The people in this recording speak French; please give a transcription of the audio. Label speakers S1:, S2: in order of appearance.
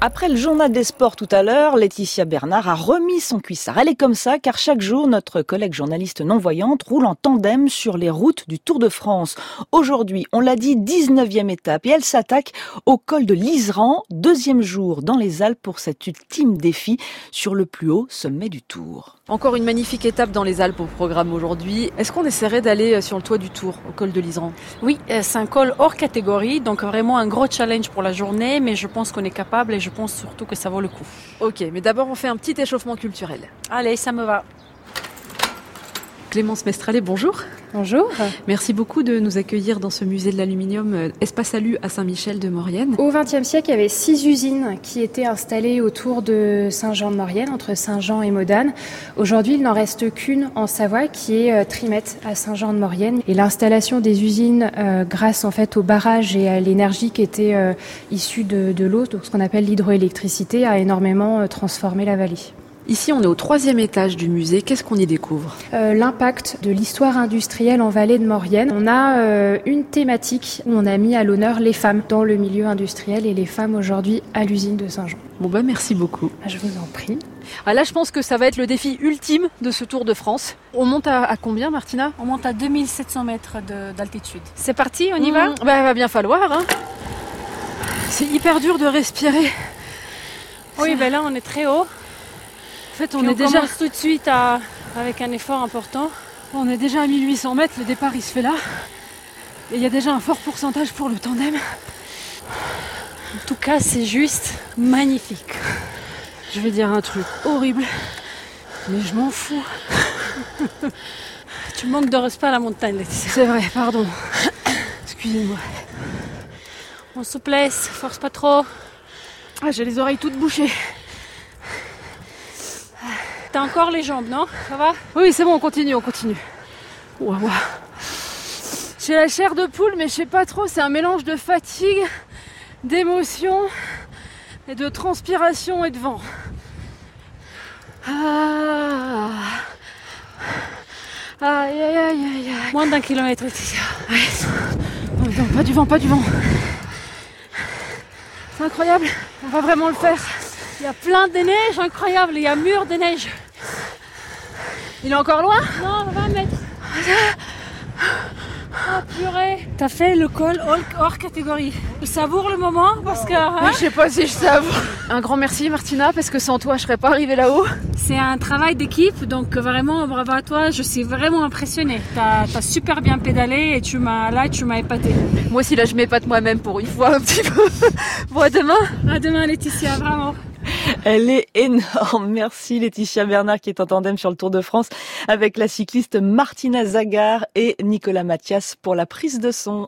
S1: Après le journal des sports tout à l'heure, Laetitia Bernard a remis son cuissard. Elle est comme ça car chaque jour, notre collègue journaliste non-voyante roule en tandem sur les routes du Tour de France. Aujourd'hui, on l'a dit, 19e étape et elle s'attaque au col de l'Iseran, deuxième jour dans les Alpes pour cet ultime défi sur le plus haut sommet du Tour.
S2: Encore une magnifique étape dans les Alpes au programme aujourd'hui. Est-ce qu'on essaierait d'aller euh, sur le toit du Tour, au col de l'Iseran
S3: Oui, euh, c'est un col hors catégorie, donc vraiment un gros challenge pour la journée, mais je pense qu'on est capable et je pense surtout que ça vaut le coup.
S2: Ok, mais d'abord on fait un petit échauffement culturel.
S3: Allez, ça me va.
S2: Clémence Mestralet, bonjour.
S4: Bonjour.
S2: Merci beaucoup de nous accueillir dans ce musée de l'aluminium euh, Espace Alu à Saint-Michel de Maurienne.
S4: Au XXe siècle, il y avait six usines qui étaient installées autour de Saint-Jean de Maurienne, entre Saint-Jean et Modane. Aujourd'hui, il n'en reste qu'une en Savoie qui est euh, Trimette à Saint-Jean de Maurienne. Et l'installation des usines, euh, grâce en fait au barrage et à l'énergie qui était euh, issue de, de l'eau, donc ce qu'on appelle l'hydroélectricité, a énormément euh, transformé la vallée.
S2: Ici, on est au troisième étage du musée. Qu'est-ce qu'on y découvre
S4: euh, L'impact de l'histoire industrielle en vallée de Maurienne. On a euh, une thématique où on a mis à l'honneur les femmes dans le milieu industriel et les femmes aujourd'hui à l'usine de Saint-Jean.
S2: Bon, bah, merci beaucoup.
S4: Je vous en prie.
S2: Ah là, je pense que ça va être le défi ultime de ce Tour de France. On monte à, à combien, Martina
S3: On monte à 2700 mètres d'altitude.
S2: C'est parti, on y mmh, va
S3: Mm,
S2: Bah, va bien falloir. Hein. C'est hyper dur de respirer.
S3: Oui, ben bah là, on est très haut. En fait, on Puis est on déjà tout de suite à... avec un effort important. On est déjà à 1800 mètres, le départ il se fait là. Et il y a déjà un fort pourcentage pour le tandem. En tout cas, c'est juste magnifique. Je vais dire un truc horrible, mais je m'en fous. tu manques de respect à la montagne, Laetitia.
S2: C'est vrai, pardon. Excusez-moi.
S3: On se plaise, force pas trop.
S2: Ah, j'ai les oreilles toutes bouchées.
S3: T'as encore les jambes, non Ça va
S2: Oui, c'est bon, on continue, on continue. Wow, wow. J'ai la chair de poule, mais je sais pas trop, c'est un mélange de fatigue, d'émotion, et de transpiration et de vent. Ah. Aïe, aïe, aïe, aïe.
S3: Moins d'un kilomètre ici.
S2: Ouais. Non, pas du vent, pas du vent. C'est incroyable, on va vraiment le faire.
S3: Il y a plein de neige, incroyable, il y a mur de neige.
S2: Il est encore loin
S3: Non, 20 mètres. Oh purée T'as fait le col hors, catégorie. Je savoure le moment parce que... Hein
S2: je sais pas si je savoure. Un grand merci Martina parce que sans toi je serais pas arrivée là-haut.
S3: C'est un travail d'équipe donc vraiment bravo à toi. Je suis vraiment impressionnée. T'as as super bien pédalé et tu m'as là tu m'as épaté.
S2: Moi aussi là je m'épate moi-même pour une fois un petit peu. bon à demain.
S3: À demain Laetitia vraiment.
S1: Elle est énorme. Merci Laetitia Bernard qui est en tandem sur le Tour de France avec la cycliste Martina Zagar et Nicolas Mathias pour la prise de son.